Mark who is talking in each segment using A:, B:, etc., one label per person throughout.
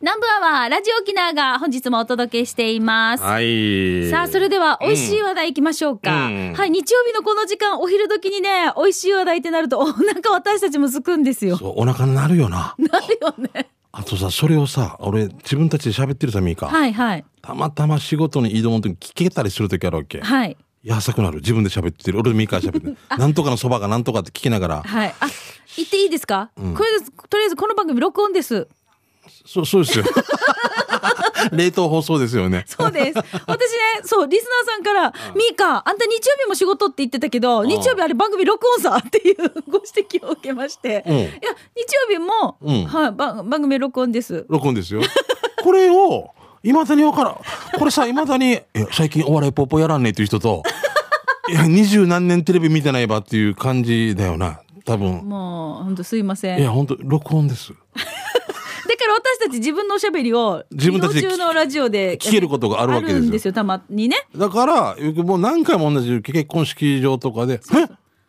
A: 南部アワー、ラジオ沖縄が本日もお届けしています。
B: はい。
A: さあ、それでは美味しい話題いきましょうか。
B: うんうん
A: はい、日曜日のこの時間、お昼時にね、美味しい話題ってなると、お なんか私たちもすくんですよ。
B: そうお腹になるよな。
A: なるよね。
B: あとさ、それをさ、俺、自分たちで喋ってるさ、ミー カ。
A: はいはい。
B: たまたま仕事に移動の時に聞けたりする時あるわけ。
A: はい。
B: いや、浅くなる。自分で喋ってる。俺とミーカが喋って る。なんとかのそばがなんとかって聞きながら。
A: はい。あ、言っていいですか、これです。とりあえずこの番組録音です。
B: そう、そう ですよ。冷凍放送ですよね。
A: そう です。私ね、そう、リスナーさんから、ミーカ、あんた日曜日も仕事って言ってたけど、日曜日あれ番組録音さっていう ご指摘を受けまして、
B: うん
A: いや、日曜日も、
B: うん
A: はい、番番組録音です。
B: 録音ですよ。これを、いまだにわからん。これさ、いまだに、え最近お笑いポーポーやらんねっていう 人と、いや、二十何年テレビ見てないばっていう感じだよな。多分。
A: もう、本当すいません。
B: いや、本当録音です。
A: だから私たち自分のおしゃべりを、
B: 自分たちで
A: 移動中のラジオで
B: 聞けることがあるわけですよ
A: あんですよ、たまにね。
B: だから、よくもう何回も同じ結婚式場とかで、え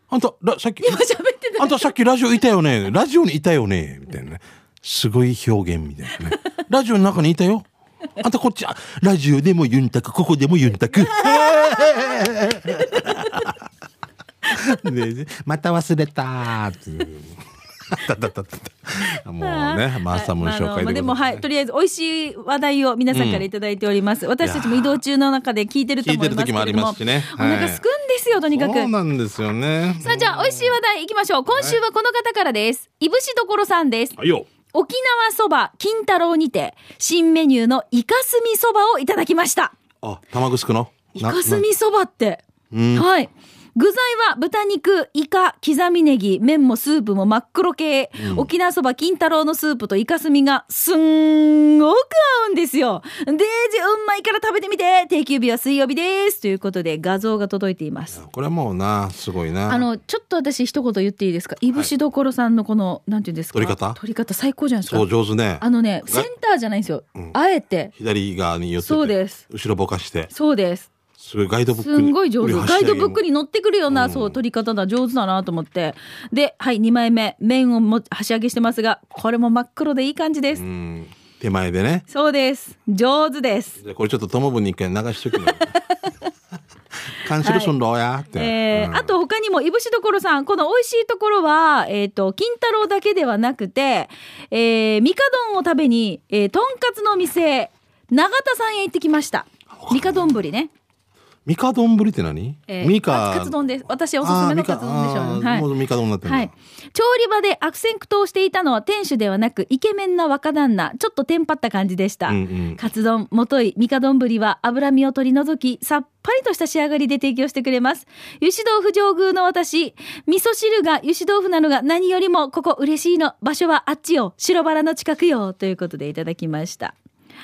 B: あんた、らさっき、
A: 今喋ってた
B: あんたさっきラジオいたよね。ラジオにいたよね。みたいなね。すごい表現みたいなね。ラジオの中にいたよ。あんたこっち、あラジオでもユンタク、ここでもユンタク。へーでまた忘れたーっていう。あったあったあったあったもうね、まあ朝も紹
A: はいあのまあでもはいい
B: 介でござます
A: とりあえず美味しい話題を皆さんからいただいております、私たちも移動中の中で聞いてると思いますけれども
B: 聞いてる時もありますしねはい
A: お腹すくんですよとにかく
B: そうなんですよね。
A: さあじゃあ美味しい話題いきましょう今週はこの方からです、いぶしどころさんです
B: はいよ。
A: 沖縄そば金太郎にて新メニューのイカスミそばをいただきました
B: あ、玉城の。
A: イ
B: な
A: カスミそばって。はい。具材は豚肉、イカ、刻みネギ、麺もスープも真っ黒系、沖縄そば金太郎のスープとイカスミがすんごく合うんですよ。デージうんまいから食べてみて定休日は水曜日ですということで画像が届いています。
B: これはもうな、すごいな。
A: あの、ちょっと私一言言っていいですかいぶしどころさんのこの、なんていうんですか
B: 取り方
A: 取り方最高じゃないですか
B: そう、。上手ね。
A: あのね、セ
B: が
A: ンターじゃないんですよ。あえて。
B: 左側に寄せて。
A: そうです
B: 後ろぼかして。
A: そうです。
B: すごいガイドブック
A: すんごい上手。ガイドブック
B: に。
A: に載ってくるような、そう、取り方だ、上手だなと思って。で、はい、2枚目、麺をも箸上げしてますが、これも真っ黒でいい感じです。
B: うん。手前でね。
A: そうです。上手です。
B: じゃあこれちょっと友分に一回流しとくの。 監視るすんろやって。
A: えー
B: うん
A: あ、と他にも、いぶしどころさん、この美味しいところは、えっ、と、金太郎だけではなくて、えー、ミカ丼を食べに、えー、とんかつの店、永田さんへ行ってきました。ミカ丼ぶりね。
B: ミカ丼ぶりって何
A: えー
B: ミカ。
A: カツ丼です。私おすすめのカツ丼でしょう
B: あーミ
A: ね。
B: カ
A: は
B: あー
A: い
B: もうミカ丼になってるんだ
A: はい。調理場で悪戦苦闘していたのは店主ではなく、イケメンな若旦那、ちょっとテンパった感じでした。
B: うんうん
A: カツ丼、もとい、ミカ丼ぶりは脂身を取り除き、さっぱりとした仕上がりで提供してくれます。油脂豆腐上宮の私、味噌汁が油脂豆腐なのが何よりもここ嬉しいの。場所はあっちよ、白バラの近くよ、ということでいただきました。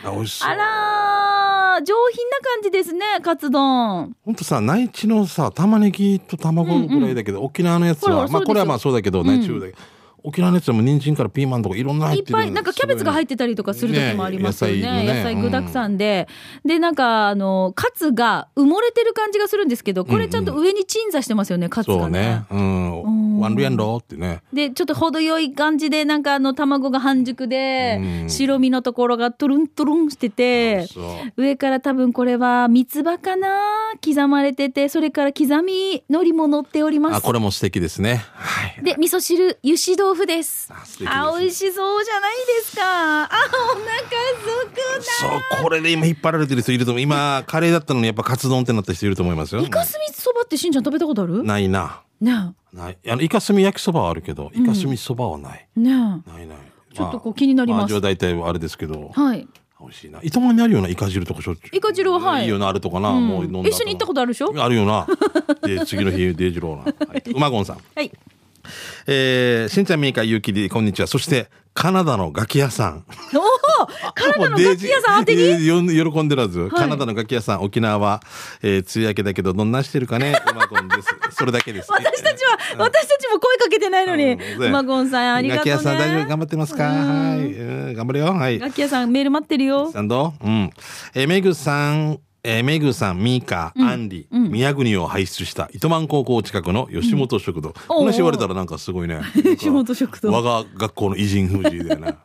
B: あ、美味しそう
A: あ。らー、上品な感じですね、カツ丼。
B: ほんとさ、内地のさ、玉ねぎと卵ぐらいだけど、沖縄のやつ
A: ほらほ
B: は、
A: ら
B: まあ
A: そうです
B: これはまあそうだけど、内地だけど、沖縄のやつはもう人参からピーマンとかいろんな入
A: い
B: っ
A: って
B: る
A: ぱいなんかキャベツが入ってたりとかする時もありますよね
B: ね野
A: 野
B: 菜
A: 菜
B: のね
A: 具だくさんで、でなんかあのカツが埋もれてる感じがするんですけどこれちゃんと上に鎮座してますよねカツ
B: そ
A: が
B: う
A: ね
B: ね。うん。ワンルやんろってね。
A: でちょっと程よい感じでなんかあの卵が半熟で、
B: うん
A: 白身のところがトゥルントゥルンしてて
B: そう。
A: 上から多分これは三つ葉かな刻まれててそれから刻み海苔も乗っておりま
B: あ、
A: す
B: これも素敵ですね。はい。
A: で味噌汁油脂豆腐です
B: あ素敵ですね
A: あ美味しそうじゃないですかあお腹すくな
B: そう、これで今引っ張られてる人いると思う。今、カレーだったのにやっぱカツ丼ってなった人いると思いますよ。
A: イカスミそばってしんちゃん食べたことあるね
B: ないな。ない。あの、イカスミ焼きそばはあるけど、イカスミそばはない。
A: えね
B: ないない。
A: ちょっとこう気になります
B: まあ味は大体あれですけど
A: え、はい
B: 美味しいな。糸満にあるようなイカ汁とかしょっちゅう。
A: イカ汁ははい
B: いよな、あるとかな。もう飲んだ後
A: 一緒に行ったことあるでしょ
B: あるよな。で、次の日、デイ ジローな。はい馬ゴンさん。
A: はい
B: えー、しんちゃん、みーか、ゆうきり、こんにちは。そして、カナダのガキ屋さん。
A: おおカナダの楽器屋さん宛てに
B: に 喜んでるはず、
A: い
B: カナダの楽器屋さん沖縄は、えー、梅雨明けだけどどんなしてるかねうまごんですそれだけです
A: 私たちは私たちも声かけてないのに
B: うん
A: マゴンさんありが
B: 楽
A: とう
B: 器屋
A: ね
B: さん大丈夫頑張ってますかはい、うん、頑張れよはい
A: 楽器屋さんメール待ってるよ
B: サンドうんえー、メグさんえー、メグさん、ミーカ、アンリ、宮国を輩出した糸満高校近くの吉本食堂。こんな話言われたらなんかすごいね。
A: 吉本食堂
B: 我が学校の偉人風じだよな。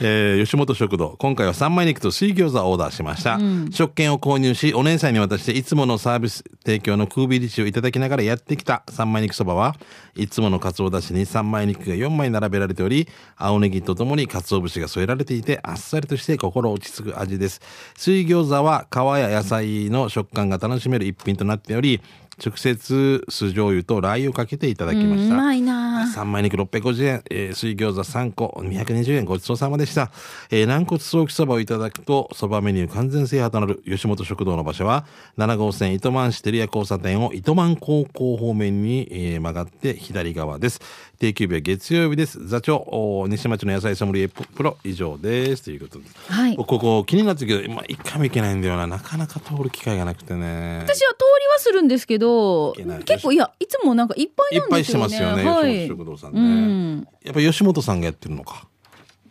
B: えー吉本食堂今回は三枚肉と水餃子をオーダーしました、食券を購入しお姉さんに渡していつものサービス提供の空ビリチをいただきながらやってきた三枚肉そばはいつものかつおだしに三枚肉が4枚並べられており青ネギとともにかつお節が添えられていてあっさりとして心落ち着く味です水餃子は皮や野菜の食感が楽しめる一品となっており直接酢醤油とラー油をかけていただきました
A: うまいなあ
B: 三枚肉650円、えー水餃子3個220円ごちそうさまでした、えー軟骨ソーキそばをいただくとそばメニュー完全制覇となる吉本食堂の場所は7号線糸満市照屋交差点を糸満高校方面に、えー曲がって左側です定休日は月曜日です座長おー西町の野菜ソムリエプロ以上ですということです、
A: はい
B: ここ気になってるけど、まあ、一回も行けないんだよななかなか通る機会がなくてね
A: 私は通りはするんですけど
B: いけない
A: 結構いやいつもなんかいっぱい
B: いっ
A: なん
B: ぱい
A: で
B: し
A: す
B: て
A: よ
B: ま
A: ね
B: すよね、
A: はい
B: 吉本食堂さん
A: う
B: ね、
A: ん
B: やっぱ吉本さんがやってるのか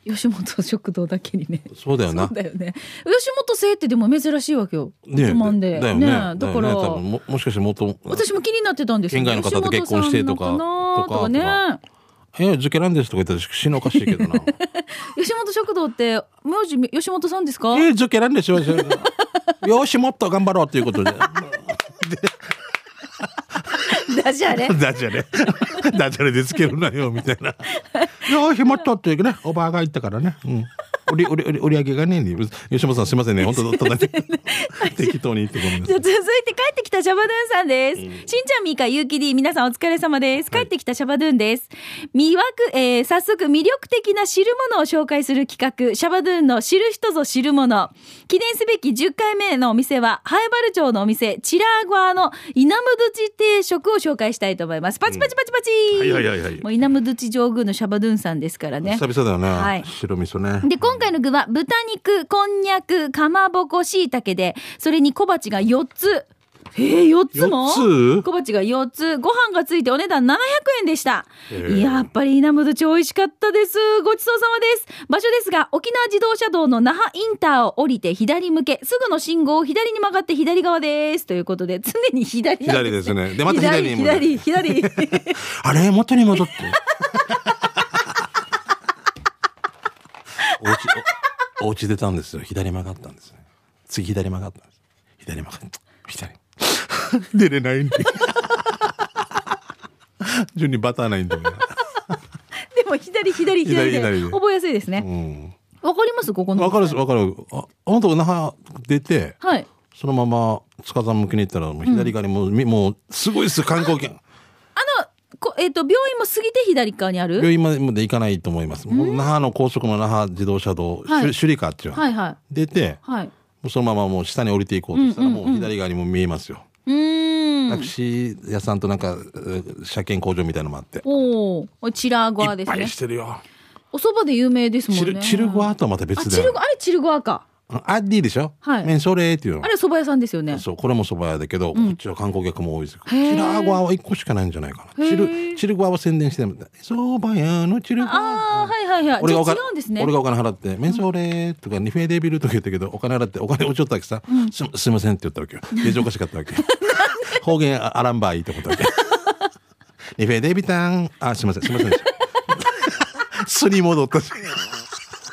A: 吉本食堂だけにね
B: そうだよ
A: そ
B: な
A: うだよね吉本生ってでも珍しいわけよ
B: ね
A: つまんで
B: だよね
A: ね
B: だよね
A: だから
B: 多分ももしかしてもっと
A: 私も気になってたんですよ
B: 県外の方と結婚してとか
A: 吉本さんなのかなとかね
B: 「えや受験なんです」とか言ったら死のおかしいけ どな「
A: 吉本食堂って名字吉本さんですか
B: え受験なんでしょ」よしもっと頑張ろうということで
A: ダジャレ
B: ダジャレ ダジャレでつけるなよみ たいな「よしもっと」っていうねおばあが言ったからねうん。売り売り売り売り上げがね吉本さんすいませんね本当 だっただけ適当に言ってごめんな
A: じ
B: さ
A: ゃあ
B: い
A: 続いて帰ってきたシャバドゥンさんです。しんちゃんみーかゆうきり皆さんお疲れ様です。帰ってきたシャバドゥンです。魅惑、えー、早速魅力的な知るものを紹介する企画、シャバドゥンの知る人ぞ知るもの。記念すべき10回目のお店は、ハエバル町のお店、チラーゴアのイナムドチ定食を紹介したいと思います。パチパチパチパチ、
B: はいはいはいはい
A: もうイナムドチ上宮のシャバドゥンさんですからね。
B: 久々だよね、
A: はい
B: 白味噌ね
A: で、今回の具は豚肉、こんにゃく、かまぼこ、しいたけで、それに小鉢が4つ。えー、4つも
B: 四つ
A: 小鉢が4つ。ご飯がついてお値段700円でした。
B: へー
A: やっぱり稲本町美味しかったです。ごちそうさまです。場所ですが、沖縄自動車道の那覇インターを降りて左向け、すぐの信号を左に曲がって左側です。ということで、常に左なん
B: 左ですねでまた左に戻る
A: 左、左、左。
B: あれ元に戻って。お家おお家出たんですよ。左曲がったんですね。次左曲がったんです。左曲がった。左。 出れないんで。順にバターないんで、ね。
A: でも左、左、左で
B: 左左で
A: 覚えやすいですね。わ、かりますここ
B: うん。
A: の。
B: わかるですわかる。あ、本当那覇出て、
A: はい。
B: そのまま塚山向きに行ったら、もう左側にもう、みもうすごいです観光券。
A: あの、こえっ、と、病院も過ぎて左側にある
B: 病院まで行かないと思います。もう那覇の高速の那覇自動車道、
A: はい
B: 首里川っていうの
A: はいはい。
B: 出て、
A: はい。
B: もうそのままもう下に降りていこうとしたら、もう左側にも見えますよ。
A: うー
B: タ
A: ん
B: ク。シー屋さんとなんか、えー車検工場みたいなのもあって。
A: おーお、チラゴア
B: い
A: で
B: っ
A: す
B: ぱ
A: ね
B: いし。てるよ。
A: お蕎麦で有名ですもん
B: チ
A: ね。
B: ル、チルゴアとはまた
A: あ、
B: 別
A: チ
B: だ
A: ル
B: よ
A: ゴ。ア、あれチルゴアか。
B: あアッディでしょ
A: はい
B: メンソレーっていうの
A: あ。れ蕎麦屋さんですよね。
B: そう、これもそば屋だけど、こっちは観光客も多いです。
A: へー
B: チラゴアは一個しかないんじゃないかな。
A: へ
B: チ
A: ー
B: ル、チルゴアは宣伝してる。そば屋のチルゴア。
A: ああ、はいはいはい。
B: 俺
A: じゃ
B: が
A: あ違
B: お金
A: うんですね。
B: 俺がお金払って「メンソーレ」とか「ニフェデビル」とか言ったけどお金払ってお金をちょっとだけさ「すすいません」って言ったわけよ 手錠おかしかったわけ方言あアランバイってことわけ ニフェデビタンあすいませんすいませんでした素に戻ったし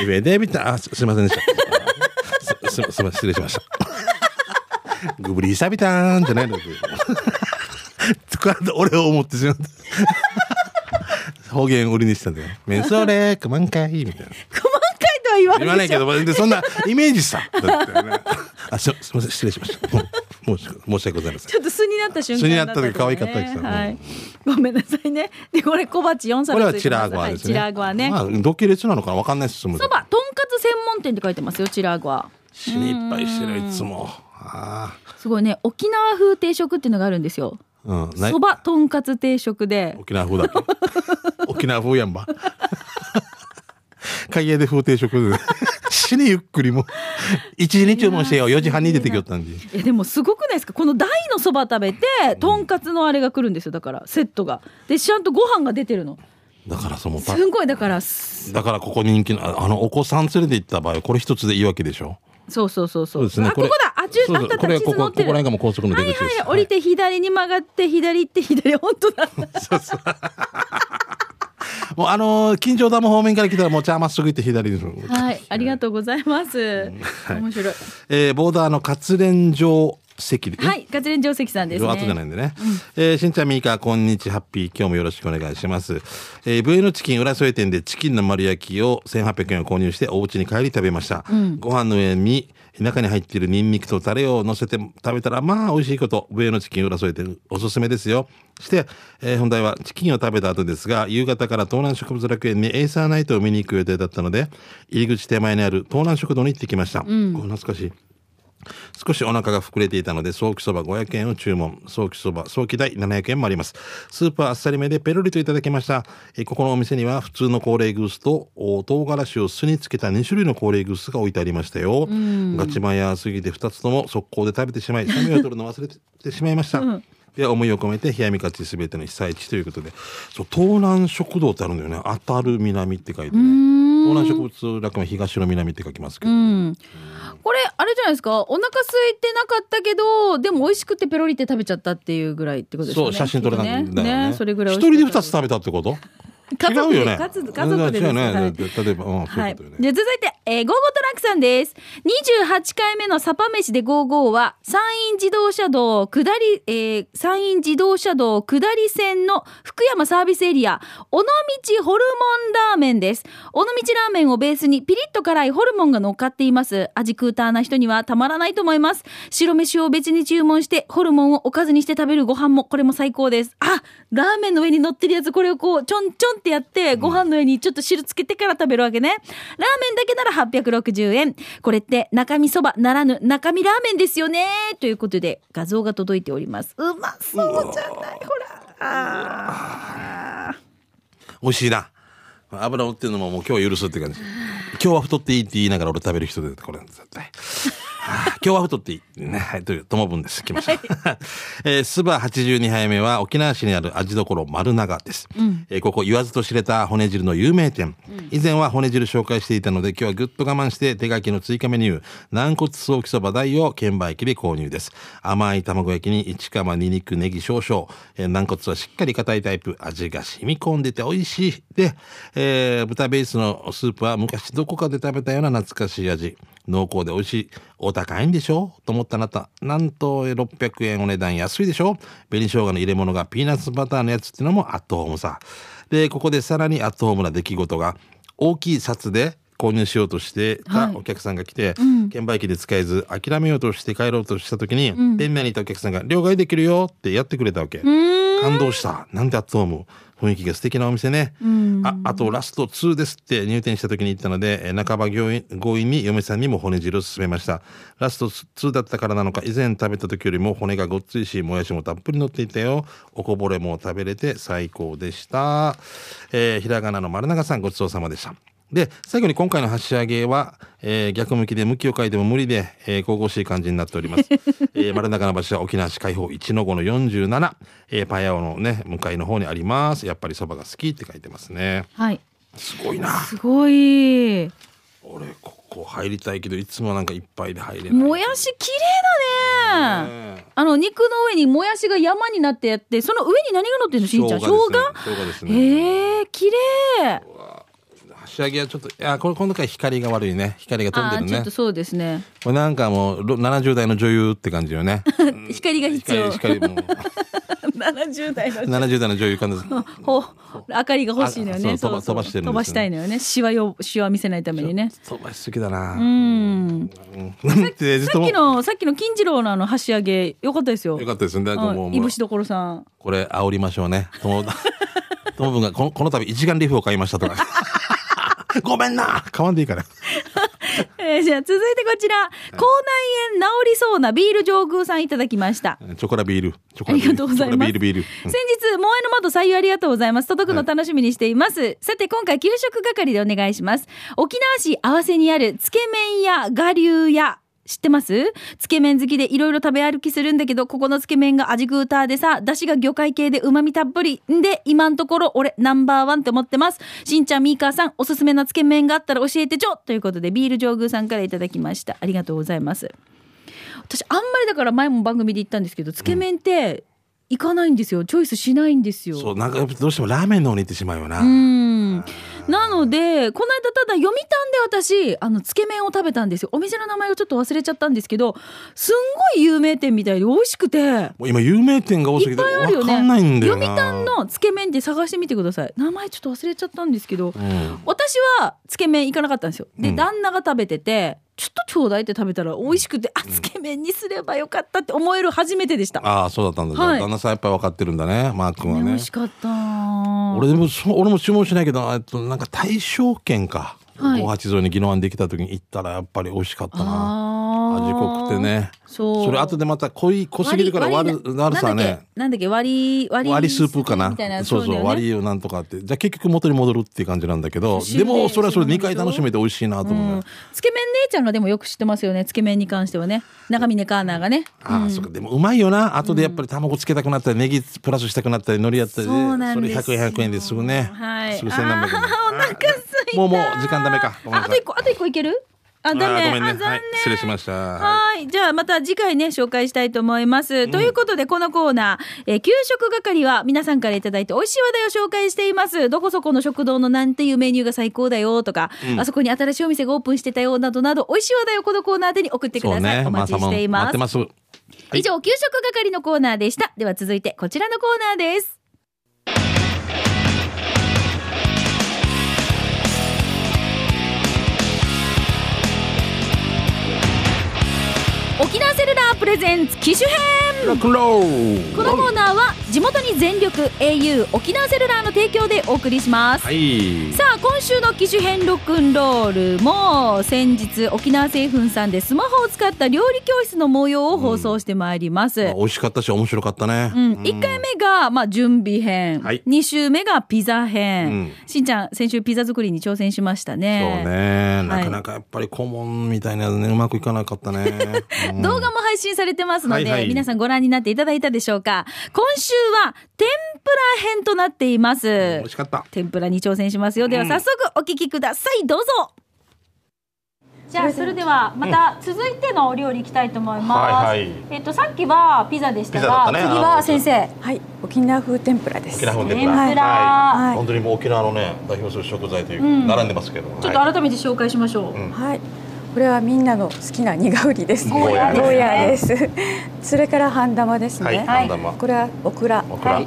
B: ニフェデビタンあすすいませんでしたすすすいません失礼しました グブリーサビタンじゃないのよ とか俺を思ってしまった方言売りにし たんだよ。メンソーレ、クマンカイみたい
A: 5
B: な。
A: 万回とは言わない
B: 言わない
A: でし
B: け
A: ょ
B: ど、でそんなイメ ージさ。だってね、あ、す、すみません、失礼しました。もう申し申し訳ございません。
A: ちょっと素になった瞬間
B: 素になった
A: だ
B: 時可愛かった
A: で
B: ですすよ
A: はい。ごめんなさいね。で、これ小鉢4
B: これ
A: 皿
B: は
A: つい
B: チ
A: てま
B: ラ
A: す
B: ーゴアですね。
A: はいチラーゴアね。
B: まあ、ど系列なのかな、わかんないです。そば
A: そば、とんかつ専門店って書いてますよ、チラーゴア。
B: 死にいっぱいしてる、いつも。あ
A: すごいね、沖縄風定食っていうのがあるんですよ。
B: あ。うん、ない
A: そ。ばとんかつ定食で。
B: 沖縄風 だっけ。沖縄風やんば。 海外で風定 食で。死にゆっくりも。一時に注文してよ、四時半に出てきよったんで。
A: いやでもすごくないですかこの大のそば食べてとんかつのあれが来るんですよだからセットがでちゃんとご飯が出てるの
B: だから、そのパ。
A: すんごいだからす
B: だからここ人気のああのお子さん連れて行った場合これ一つでいいわけでしょ
A: そうそうそうそう
B: そうですね
A: あここだあちゅ
B: そう
A: あん
B: そう
A: た
B: こ
A: た
B: れは
A: ち
B: ここ
A: 乗
B: こ
A: っ
B: こ
A: て
B: ら
A: る
B: 辺がもう高速の出口
A: はい
B: です
A: はい降りて左に曲がって左行って左本当だ
B: もうあのー、近所玉方面から来たらもう茶まっすぐ行って左に。
A: はい、ありがとうございます。
B: い
A: 面白い。
B: えーボーダーの活連城席で。
A: はい、ガチレン定石さんですね。
B: 後じゃないんでね。えーしんちゃんみーか、こんにちは、ハッピー。今日もよろしくお願いします。えー、VN チキン浦添店でチキンの丸焼きを1800円を購入して、お家に帰り食べました。ご飯の上に、中に入っているニンニクとタレを乗せて食べたら、まあ、美味しいこと。VN チキン浦添店、おすすめですよ。して、えー本題はチキンを食べた後ですが、夕方から東南植物楽園にエイサーナイトを見に行く予定だったので、入り口手前にある東南食堂に行ってきました。こう懐かしい。少しお腹が膨れていたので、早期そば500円を注文。早期そば、早期代700円もあります。スープはあっさりめでペロリといただきました。えーここのお店には普通の高麗グースとお唐辛子を酢につけた2種類の高麗グースが置いてありましたよ。ガチマヤすぎて2つとも速攻で食べてしまい、冷めを取るのを忘れてしまいました。で思いを込めて冷やみ勝ちすべての被災地ということでそう東南食堂ってあるんだよね当たる南って書いてね東南植物楽園東の南って書きますけど、
A: うん。これ、あれじゃないですか。お腹空いてなかったけど、でも美味しくてペロリって食べちゃったっていうぐらいってことですよ
B: そ
A: ね。
B: う写真撮れたんだよ
A: きっと
B: ね
A: ね。ねそれぐらい
B: 一
A: 美
B: 人
A: 味し
B: で
A: かっ
B: 二つ
A: た。
B: 食べたってこと
A: 家族
B: 違う
A: で
B: よね
A: 家族家族でです
B: 違うね、
A: はい
B: 例えば、うん、そう
A: は
B: いう
A: い。
B: こ
A: じゃ
B: とよね、
A: あ続いて、えー、ゴーゴトラックさんです。28回目のサパ飯でゴーゴーは、山陰自動車道下り、えー山陰自動車道下り線の福山サービスエリア、尾道ホルモンラーメンです。尾道ラーメンをベースにピリッと辛いホルモンが乗っかっています。味クーターな人にはたまらないと思います。白飯を別に注文して、ホルモンをおかずにして食べるご飯も、これも最高です。あ、ラーメンの上に乗ってるやつ、これをこう、ちょんちょんってやって、ご飯の上にちょっと汁つけてから食べるわけね。ラーメンだけなら860円。これって、中身そばならぬ中身ラーメンですよね。ということで、画像が届いております。うまそうじゃない、ほら。あー
B: 美味しいな油をってるのももう今日は許すって感じ今日は太っていいって言いながら俺食べる人でこれ絶対あー今日は太っていい。ね、はい、という、ともぶんです。来ました。 えー、スバ82杯目は沖縄市にある味どころ丸長です。えーここ言わずと知れた骨汁の有名店。以前は骨汁紹介していたので、今日はぐっと我慢して手書きの追加メニュー、軟骨早期そば大を券売機で購入です。甘い卵焼きに1釜2肉ネギ少々、えー軟骨はしっかり硬いタイプ、味が染み込んでて美味しい。で、えー豚ベースのスープは昔どこかで食べたような懐かしい味。濃厚で美味しい。お高いんでしょと思ったあなた。なんとえー600円お値段安いでしょ紅生姜の入れ物がピーナッツバターのやつってのもアットホームさ。で、ここでさらにアットホームな出来事が、大きい札で購入しようとしてたお客さんが来て、券売機で使えず諦めようとして帰ろうとした時に、店内にいたお客さんが両替できるよってやってくれたわけ。感動した。なんてアットホーム。雰囲気が素敵なお店ね。あ、あとラスト2ですって入店した時に言ったので、えー半ば強引強引に嫁さんにも骨汁を勧めました。ラスト2だったからなのか、以前食べた時よりも骨がごっついし、もやしもたっぷり乗っていたよ。おこぼれも食べれて最高でした。えーひらがなの丸永さんごちそうさまでした。で、最後に今回の箸上げは、えー逆向きで向きを変えても無理で、えー神々しい感じになってお ります。えー丸中の場所は沖縄市海保一の5の47、えーパヤオのね、向かいの方にあります。やっぱりそばが好きって書いてますね。
A: はい。
B: すごいな。
A: すごい。
B: 俺、ここ入りたいけど、いつもなんかいっぱいで入れない。
A: もやし綺麗だね。
B: ね
A: あの肉の上にもやしが山になってやって、その上に何が乗ってるのしんちゃん。生姜
B: 生姜ですね。
A: ええー、綺麗。
B: 箸上げはちょっと、いや、これ今度から光が悪いね。光が飛ん
A: あ
B: で
A: あー、
B: る
A: ちょっ
B: ね
A: と。そうですね。
B: これなんかもう、ろ70代の女優って感じ よね。
A: 光が必要。
B: 光、光もう。
A: 七十代の。
B: 70代の女優感です。
A: ほ、明かりが欲しいのよね。
B: あそう飛ば飛ばしてるんですよね
A: 飛ばしたいのよね。シワよ、シワ見せないため にね。
B: 飛ばしすぎだな。
A: う。ん。
B: なんて、ずっ
A: さ
B: と
A: っ
B: も。
A: き
B: よ
A: の、さっきの金次郎のあの箸上げ、良かったですよ。
B: かったですね。だからもう
A: はい、いぶしどころさん。
B: これ煽りましょうね。とも、ともぶんがこのこの度一眼レフを買いましたとか。ごめんな買わんでいいから。
A: えーじゃあ続いてこちら、口内炎治りそうなビール上宮さんいただきました。
B: チョコラビール。チョ
A: あ
B: コラ
A: り
B: ビール。
A: がとうございます。
B: チョコラビールビール。うん
A: 先日、萌えの窓採用ありがとうございます。届くの楽しみにしています。さて、今回、給食係でお願いします。沖縄市合わせにある、つけ麺屋、我流屋。知ってますつけ麺好きでいろいろ食べ歩きするんだけど、ここのつけ麺が味グーターでさ、出汁が魚介系で旨味たっぷり。んで、今のところ俺ナンバーワンって思ってます。しんちゃん、みーかーさん、おすすめなつけ麺があったら教えてちょということで、ビール上宮さんからいただきました。ありがとうございます。私あんまりだから前も番組で言ったんですけどつけ麺って行かないんですよチョイスしないんですよ
B: そうなんかやっぱどうしてもラーメンの方に行ってしまうよな、
A: うんなのでこの間ただ読谷で私あのつけ麺を食べたんですよお店の名前をちょっと忘れちゃったんですけどすんごい有名店みたいで美味しくて
B: もう今有名店が多すぎて
A: いっぱいあるよ
B: 分
A: ね
B: かんないんだよ
A: 読
B: な
A: 谷のつけ麺って探してみてください名前ちょっと忘れちゃったんですけど
B: うん
A: 私はつけ麺行かなかったんですよで、
B: うん
A: 旦那が食べててちょっとちょうだいって食べたら美味しくてあつけ麺にすればよかったって思える初めてでした、
B: ああそうだったんだ、
A: はい
B: 旦那さんやっぱり分かってるんだねマー君は
A: ね美
B: ね
A: 味しかったな
B: 俺でもそう俺も注文しないけどえっとなんか大正軒か、
A: はい
B: 580に宜野湾できた時に行ったらやっぱり美味しかったな
A: あー
B: 味濃くてね
A: そう
B: それ後でまた濃い濃すぎるから悪悪さはね
A: なんだっけ割り割り
B: 割りスープかな
A: みたいな
B: そう
A: だ
B: そ
A: よ
B: う
A: ね
B: 割りをなんとかってじゃあ結局元に戻るっていう感じなんだけど
A: 刺身
B: でもそれはそれで2回
A: 刺身でしょ
B: 楽しめて美味しいなと思う、
A: うんつけ麺姉ちゃんがでもよく知ってますよねつけ麺に関してはね中峰カーナーがね
B: ああ、そっかでもうまいよな後でやっぱり卵つけたくなったりネギプラスしたくなったり海苔やったりで
A: そうなんですよ
B: それ100円100円ですぐね、
A: はい
B: すぐ千何百円
A: あーお腹すいた
B: もうもう時間ダメかごめ
A: あ
B: んな
A: あ
B: さ
A: と
B: い
A: 一個あと一個いけるあダメ
B: あーごめんね
A: あ残念、
B: はい失礼しました
A: はいじゃあまた次回ね紹介したいと思います、ということでこのコーナー、えー給食係は皆さんからいただいて美味しい話題を紹介していますどこそこの食堂のなんていうメニューが最高だよとか、あそこに新しいお店がオープンしてたよなどなど美味しい話題をこのコーナーでに送ってください、お待ちしてい
B: まあ
A: ます
B: サモン待ってますはい
A: 以上給食係のコーナーでしたでは続いてこちらのコーナーです沖縄セルラープレゼンツ機種編
B: ロックンロール
A: このコーナーは地元に全力 au 沖縄セルラーの提供でお送りします
B: はい
A: さあ今週の機種編ロックンロールも先日沖縄製粉さんでスマホを使った料理教室の模様を放送してまいります、
B: まあ美味しかったし面白かったね、
A: うん、1回目が、まあ、準備編、
B: はい
A: 2週目がピザ編、
B: うん
A: しんちゃん先週ピザ作りに挑戦しました
B: そう
A: ね
B: ねなかなかやっぱり顧問みたいなのねうまくいかなかっ たね、うん
A: 動画も配信されてますので、
B: はいはい
A: 皆さんご覧になっていただいたでしょうか今週は天ぷら編となっています、
B: 美味しかった
A: 天ぷらに挑戦しますよでは早速お聞きくださいどうぞじゃあそれではまた続いてのお料理いきたいと思います、
B: はいはい
A: えっとさっきはピザでした
B: ピザだっ
A: が
B: たね
A: 次は先生
C: はい、沖縄風天ぷらです。
B: 沖縄風
A: 天
B: 天
A: ぷら
B: ぷら、
A: はい
C: はい
B: 本当にもう沖縄のね代表する食材という、
A: うん
B: 並んでますけど
A: ちょっ
B: はい
A: と改めて紹介しましょう、
B: ん
C: はい、これはみんなの好きな苦瓜です。
B: ゴーヤー
C: ゴーヤーです。 それから半玉です
B: はい、
C: ね。
A: はい
B: 半玉
C: これはオクラ。
B: オクラ
A: はい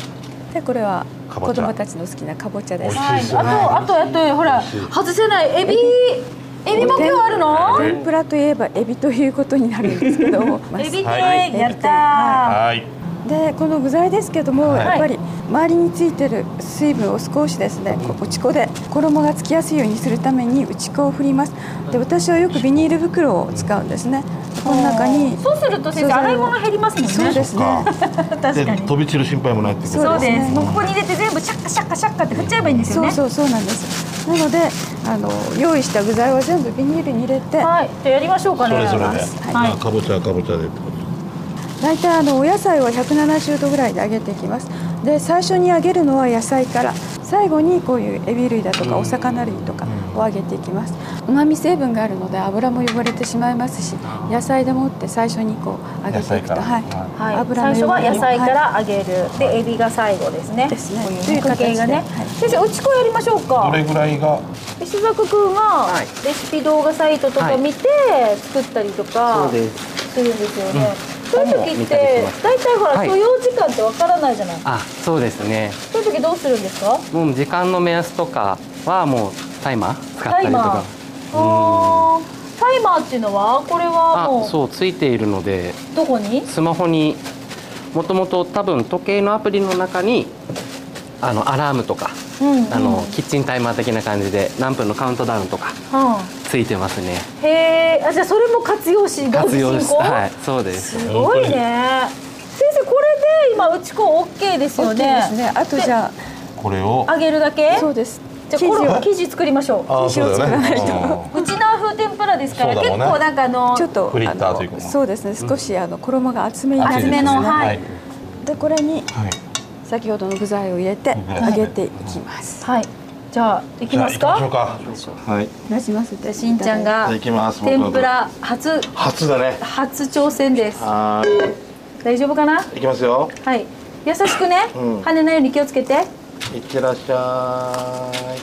C: で、これは
B: かぼち
C: 子
B: ゃ
C: 供たちの好きなかぼちゃです。
B: 美味しいですよね
A: はい、あとあとあとほら
B: 美味しい
A: 外せないエビエビも今日あるの
B: はい
C: 天ぷらといえばエビということになるんですけど、 まあ
A: エビ
B: は
A: 天
B: い
A: やったー、
B: はい
C: でこの具材ですけども、
B: はい
C: やっぱり周りについてる水分を少しですねこう打ち粉で衣がつきやすいようにするために打ち粉を振りますで私はよくビニール袋を使うんですねこの中に
A: そうすると先
C: 素
A: 生
C: 材を
A: 洗い物減りますもんね
C: そうですね
B: か
A: 確か
B: で
A: に
B: 飛び散る心配もないってこと
A: そうです
C: そうですね
A: もうここに入れて全部シャッカシャッカシャッカって振っちゃえばいいんですよ
C: そう
A: ね
C: そうそうなんですなのであの用意した具材は全部ビニールに入れて
A: はいじゃあやりましょうか
B: そ
A: ね
B: れぞれで、
A: はい
B: まあかぼちゃはかぼちゃでってこと
C: 大体あのお野菜は170度ぐらいで揚げていきますで最初に揚げるのは野菜から最後にこういうエビ類だとかお魚類とかを揚げていきますうまみ成分があるので油も汚れてしまいますし野菜でもって最初にこう揚げていく
B: 野菜か
C: と
B: ら
C: はい、
A: はい
C: 油の
A: 最初は野菜か
C: は
A: ら揚げる、でエビが最後ですね
C: ですね
A: こういう
C: とい
A: ね
C: う形
A: 家
C: で
A: 系がね、
C: はい
A: 先生打ち粉やりましょうか
B: どれぐらいが
A: 石坂くんは
D: はい
A: レシピ動画サイトと
D: は
A: か
D: い
A: 見て作ったりと
D: そ
A: か
D: うです。
A: するんですよね、そういう
D: 本も
A: 時っ
D: 見たり
A: て
D: します
A: 大体ほら
D: はい
A: 許容時間ってわからないじゃない、
D: あ、そうですね。
A: そういう時どうするんですか
D: もう時間の目安とかはもうタイマー使ったりとか。
A: あータイマーっていうのはこれは
D: あ、
A: も
D: そうついているので
A: うどこに
D: スマホにもともと多分時計のアプリの中にあのアラームとか、
A: うん
D: あのキッチンタイマー的な感じで何分のカウントダウンとか
A: う
D: ついてますね。
A: ん、へえじゃあそれも活用し同時
D: 活用
A: 進
D: し
A: 行、
D: はい、そうです。
A: すごいね先生これで今打ち粉 OK ですよ
C: 大きい
A: ね
C: ですねあとじゃ
B: これを
A: 揚げるだけ
C: あそうです
A: じゃあ
C: 生地
A: これ
C: を
A: 生地作りましょ
B: あーそうだよね
C: 生地を作ら
B: うん
A: ううちな風天ぷらですから、
B: そう
A: 結
B: だもんね
A: 構なんかあの
C: ちょっと
B: フリッター
C: あの
B: というか
C: そうですね少しあの衣が厚めになるん
A: 厚
C: です
A: め
C: ね
A: のはい
B: はい
C: でこれに
B: はい
C: 先ほどの具材を入れて
B: はい
C: 揚げていきます
A: はいじゃあ行きます
B: じゃあ行きましょう
A: か
B: かはい
C: なじませて
A: しんちゃんが
B: いただきます
A: 天ぷら初
B: 初だね
A: 初挑戦です
B: はー
A: 大丈夫かない
B: いきますよ
A: はい優しくね、
D: うん
A: 跳ねないように気をつけて
D: いってらっしゃい。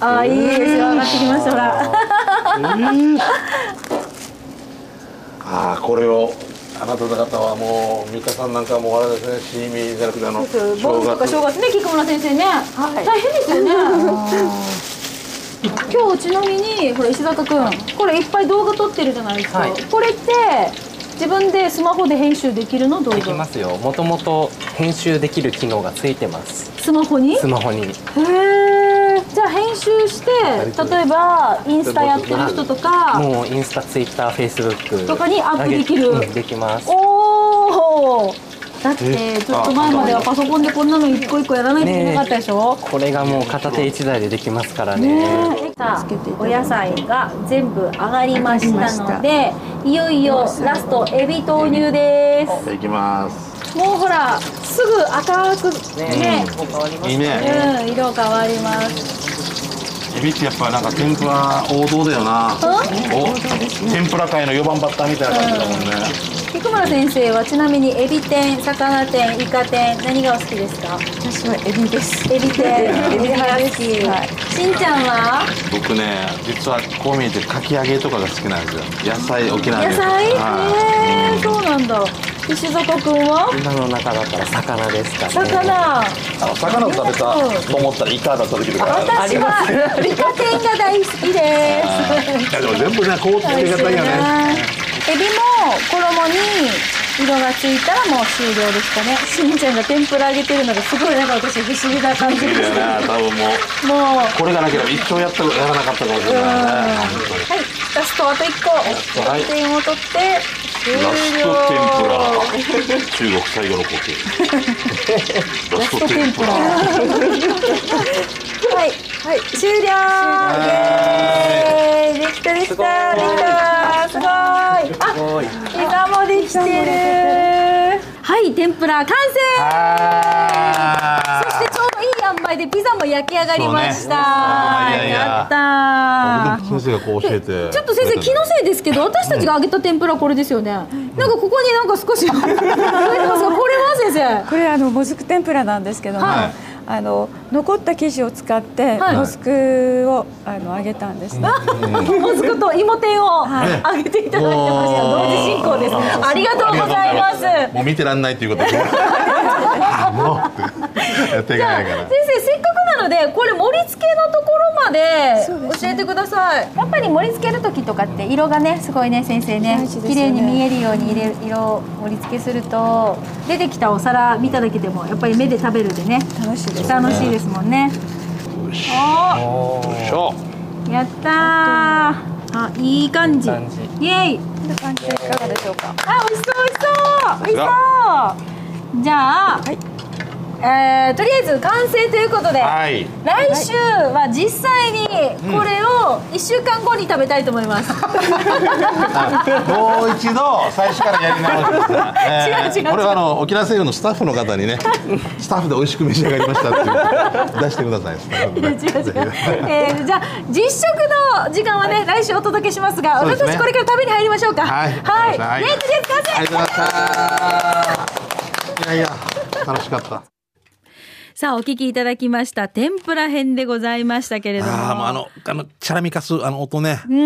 A: ああいいですよ上がってきましたほら
B: ああこれをあなた方はもう美香さんなんかもうあれですねシーミーじゃなくてあの
A: そうそうボンズとか正月ね菊村先生ね、
C: い
A: 大変ですよね今日ちなみにほら石坂君これいっぱい動画撮ってるじゃないですか、
D: はい
A: これって自分でスマホで編集できるの動
D: できま
A: 画
D: すよ。もともと編集できる機能がついてます。
A: スマホにへ
D: スマホに。
A: えじゃあ編集して例えばインスタやってる人とか
D: もうインスタ、ツイッター、フェイスブック
A: とかにアップできる
D: できます。
A: おおだってちょっと前まではパソコンでこんなの一個一個やらないといけなかったでしょ、
D: これがもう片手一台でできますからね。
A: ね、さあお野菜が全部上がりましたのでいよいよラストエビ投入で
B: じゃあいきます
A: すもうほらすぐ赤くね
B: いいね
A: うん、色変わります
B: エビってやっぱなんか天ぷら王道だよなお天ぷら界の4番バッターみたいな感じだもんね
A: 菊村先生はちなみにエビ天魚天イカ天何がお好きですか
C: 私はエビです。
A: エビ天エ
C: エ
A: ビ
C: ビ
A: が
C: 派
A: 好
C: で
A: き、
C: すはい
A: しんちゃんは
B: 僕ね実はこう見えてかき揚げとかが好きなんですよ野菜沖縄
A: 野
B: で
A: 菜
B: は
A: へえそうなんだ石坂君は
D: 今の中だったら魚ですかね。
A: 魚
B: いあの魚を食べたと思ったらイカだった時とか
A: 私はイカ天が大好きです
B: いやでも全部ねこうつけてたいよね
A: エビも衣に色がついたらもう終了ですかねしんちゃんが天ぷら揚げてるのがすごいなんか私不思議な感じ
B: い
A: で
B: い
A: し
B: よ
A: た
B: な多分もう
A: もうはい
B: これがなければ一生やったやらなかったかもしれないね
A: ラストあと1個
B: はい
A: 点を取って終了
B: ラスト天ぷら中国最後の光景ラスト天ぷら
A: はい、はい、終了イエーイできたできたできたすごいあ、膝もできてるはい、天ぷら完成そしてちょうどいい塩梅でピザも焼き上がりました、
B: そうねいやいや
A: やったー
B: 先生がこう教えて
A: ちょっと先生気のせいですけど私たちが揚げた天ぷらこれですよね、なんかここになんか少 し増えてますがこれは先生
C: これあのもずく天ぷらなんですけども、
A: はい
C: あの残った生地を使って、
A: はい
C: もずくをあの揚げたんです、ね。
A: もずくと芋天をあげていただいてました。同時進行です。ありがとうございます。
B: もう見てらんないっていうこ とであもう手がないか
A: 先生せっかくなのでこれ盛り付けのところま
C: そう
A: で
C: です
A: 教えてください。やっぱり盛り付ける時とかって色がねすごいね先生ね
C: 大事ですよね
A: 綺麗に見えるように入れ色を盛り付けすると出てきたお皿見ただけでもやっぱり目で食べるでね
C: 楽しいです。
A: 楽しいですもんね。お
B: らしょ
A: ーやったー。あいい感じ。イ
D: いい感
A: エイ。
C: こんな感じでいかがでしょうか。
A: あ、美味しそう、美味しそう、美味しそう。じゃあ、
C: はい
A: えーとりあえず完成ということで、
B: はい
A: 来週は実際にこれを一週間後に食べたいと思います。
B: もう一度最初からやり直しです、
A: 違う違う
B: これはあの沖縄政府のスタッフの方 にねスタッフで美味しく召し上がりましたっていう出してくださ いスタッフ
A: 違う違う
B: でね
A: えーじゃあ実食の時間はね、来週お届けしますが
B: そうですね
A: 私これから食べに入りましょうか
B: はい
A: はい、
B: はい
A: レンジで完成
B: ありがとうございましたいやいや楽しかった
A: さあお聞きいただきました天ぷら編でございましたけれども
B: ああもうあのあのチャラミカスあの音ね
A: うん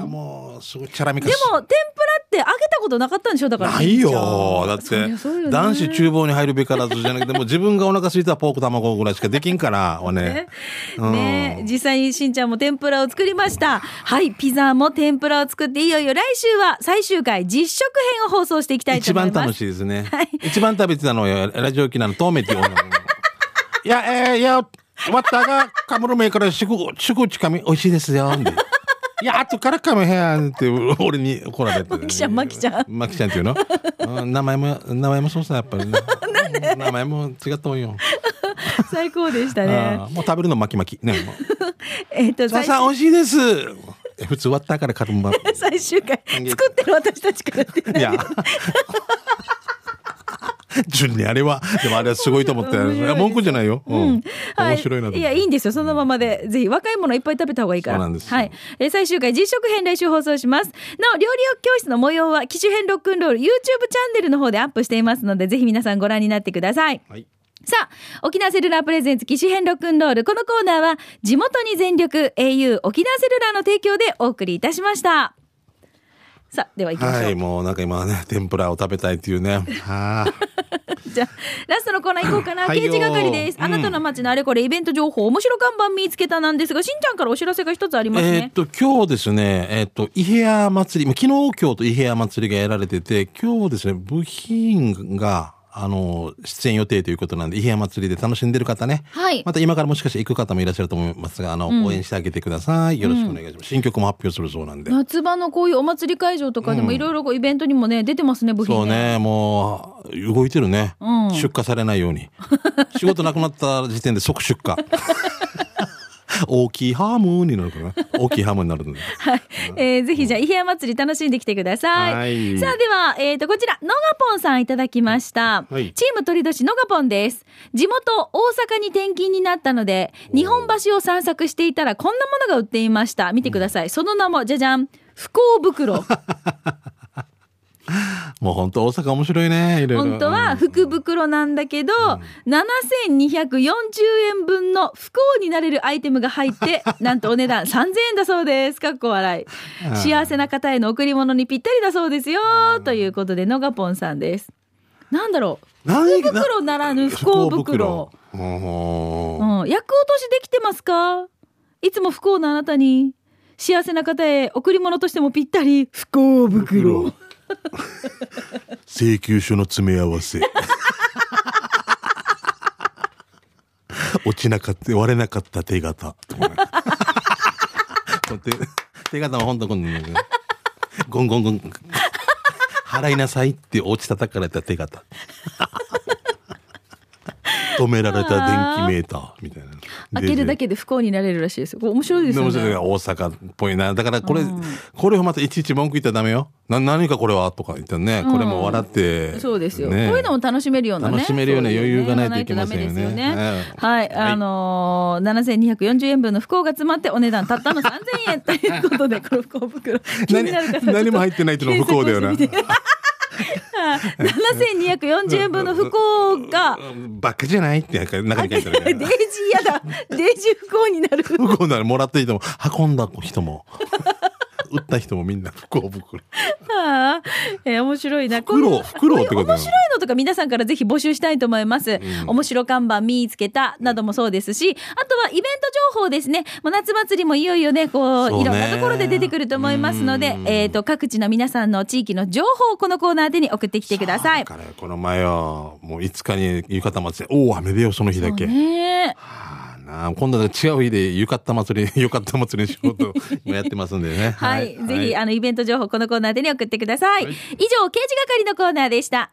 B: あーもうすごいチャラミカ
A: で
B: ス
A: も天ぷらって揚げたことなかったんでしょだから
B: ないよだっ
A: そり
B: て
A: ゃそうよね
B: 男子厨房に入るべからずじゃなくてもう自分がお腹空いたらポーク卵ぐらいしかできんからはねうん
A: ねえ、実際にしんちゃんも天ぷらを作りました。はい、ピザも天ぷらを作って、いよいよ来週は最終回実食編を放送していきたいと
B: 一
A: 思い
B: 番
A: ます。
B: 楽しいですね、
A: はい
B: 一番食べてたのはラジオ機なのトーメっていう女 の子いやえー、いやわったがカムルメからしぐしぐちかみ美味しいですよんでいやあとからかめへんって俺に怒られて、
A: マキちゃんマキちゃん
B: マキちゃんっていうの、うん名前も名前もそうさやっぱり ね名前も違ったもんよ、
A: 最高でしたね。
B: あーもう食べるの巻き巻きねもう
A: えっ、と、
B: さあ
A: 最
B: さん美味しいです。え普通終わったからカルマ。い
A: 最終回、作ってる私たちからって。
B: や。順にあれは、でもあれはすごいと思って、
A: 面白い
B: いや文句じゃないよ。うん。面白いなと思っ
A: は
B: て
A: い。いや、いいんですよ。そのままで。ぜひ、若いものいっぱい食べた方がいいから。
B: そうなんですよ
A: はい。えー最終回、実食編来週放送します。なお、料理教室の模様は、機種編ロックンロール YouTube チャンネルの方でアップしていますので、ぜひ皆さんご覧になってください。
B: はい。
A: さあ、沖縄セルラープレゼンツ機種編ロックンロール。このコーナーは、地元に全力 au 沖縄セルラーの提供でお送りいたしました。さあ、では行きましょう。
B: はい、もうなんか今はね、天ぷらを食べたいっていうね。ああ。
A: じゃあラストのコーナー行こうかな。
B: はい
A: 刑
B: よ
A: 事係です。
B: うん
A: あなたの街のあれこれイベント情報、面白看板見つけたなんですが、しんちゃんからお知らせが一つあります
B: えーっ
A: ね。
B: と、今日ですね、えーっと、伊平屋祭り、まあ昨日、今日と伊平屋祭りがやられてて、今日ですね、部品が、あの、出演予定ということなんで、伊平屋祭りで楽しんでる方ね。
A: はい
B: また今からもしかして行く方もいらっしゃると思いますが、あの、応援してあげてください。よろしくお願いします。新曲も発表するそうなんで。
A: 夏場のこういうお祭り会場とかでもいろいろこうイベントにもね、出てますね、部品
B: そう。ね、もう、動いてるね。
A: うん
B: 出荷されないよ うに。仕事なくなった時点で即出荷。大きいハムになるからね。大きいハムになるので。
A: はい。えーぜひじゃあ、イヘア祭り楽しんできてください。
B: はい
A: さあ、では、えっ、と、こちら、野賀ポンさんいただきました。
B: はい
A: チーム鳥年野賀ポンです。地元、大阪に転勤になったので、日本橋を散策していたら、こんなものが売っていました。見てください。その名も、じゃじゃん。不幸袋。
B: もう本当大阪面白いね。いろいろ。
A: 本当は福袋なんだけど、7240円分の不幸になれるアイテムが入 って、なんとお値段3000円だそうです。かっこ笑い。幸せな方への贈り物にぴったりだそうですよ。ということで、のがぽんさんです。なんだろう。
B: 何
A: 福袋ならぬ不幸袋。。
B: なお
A: う
B: ー
A: ん。役落としできてますかいつも不幸なあなたに、幸せな方へ贈り物としてもぴったり、不幸袋。
B: 請求書の詰め合わ せ。落ちなかった、割れなかった手形。手 手形は本当今度ねゴンゴンゴン。払いなさいって落ち叩かれた手 形。止められた電気メーターみたいな。
A: 開けるだ
B: け
A: けで不幸になれるらしいですよ。これ面白いです
B: で
A: よ
B: も
A: ね。
B: それが大阪っぽいな。だからこれ、これをまたいちいち文句言ったらダメよ。な、何かこれはとか言ったらね、これも笑って。
A: そうですよ、
B: ね
A: こういうのも楽しめるようなね
B: 楽しめるような
A: そう
B: 余裕がないといけませんよね
A: ないとダメですよね
B: は
A: はいい、あのー、7240円分の不幸が詰まってお値段たったの3000円ということ でこの不幸袋気になる方はちょっと
B: 何何も入ってないっていうの不幸だよな
A: 検索してみて7240円分の不幸が
B: バカじゃないって中に書いてあるか
A: デイ
B: ら
A: ジー やだデイジー不幸になる
B: 不幸ならもらっていても、運んだ人も、 売った人もみんな不幸袋。
A: ああ、 えー面白いな。
B: フクロウ
A: こういう
B: フクロウってこと
A: こうい
B: なの
A: う面白いのとか皆さんからぜひ募集したいと思います。面白看板見つけたなどもそうですし、あとはイベント情報ですね。もう夏祭りもいよいよね、こう、
B: そうね
A: いろんなところで出てくると思いますので
B: う、ん
A: えっ、と、各地の皆さんの地域の情報をこのコーナーでに送ってきてください
B: だ。からこの前は、もう5日に浴衣祭り、おお、雨でよ、その日だけ。
A: ねえ
B: あーなあ今度は違う日で浴衣祭り、 浴衣祭りの仕事もやってますんでね。
A: はい、ぜひ、
B: はい
A: あのイベント情報このコーナーでに送ってください、以上刑事係のコーナーでした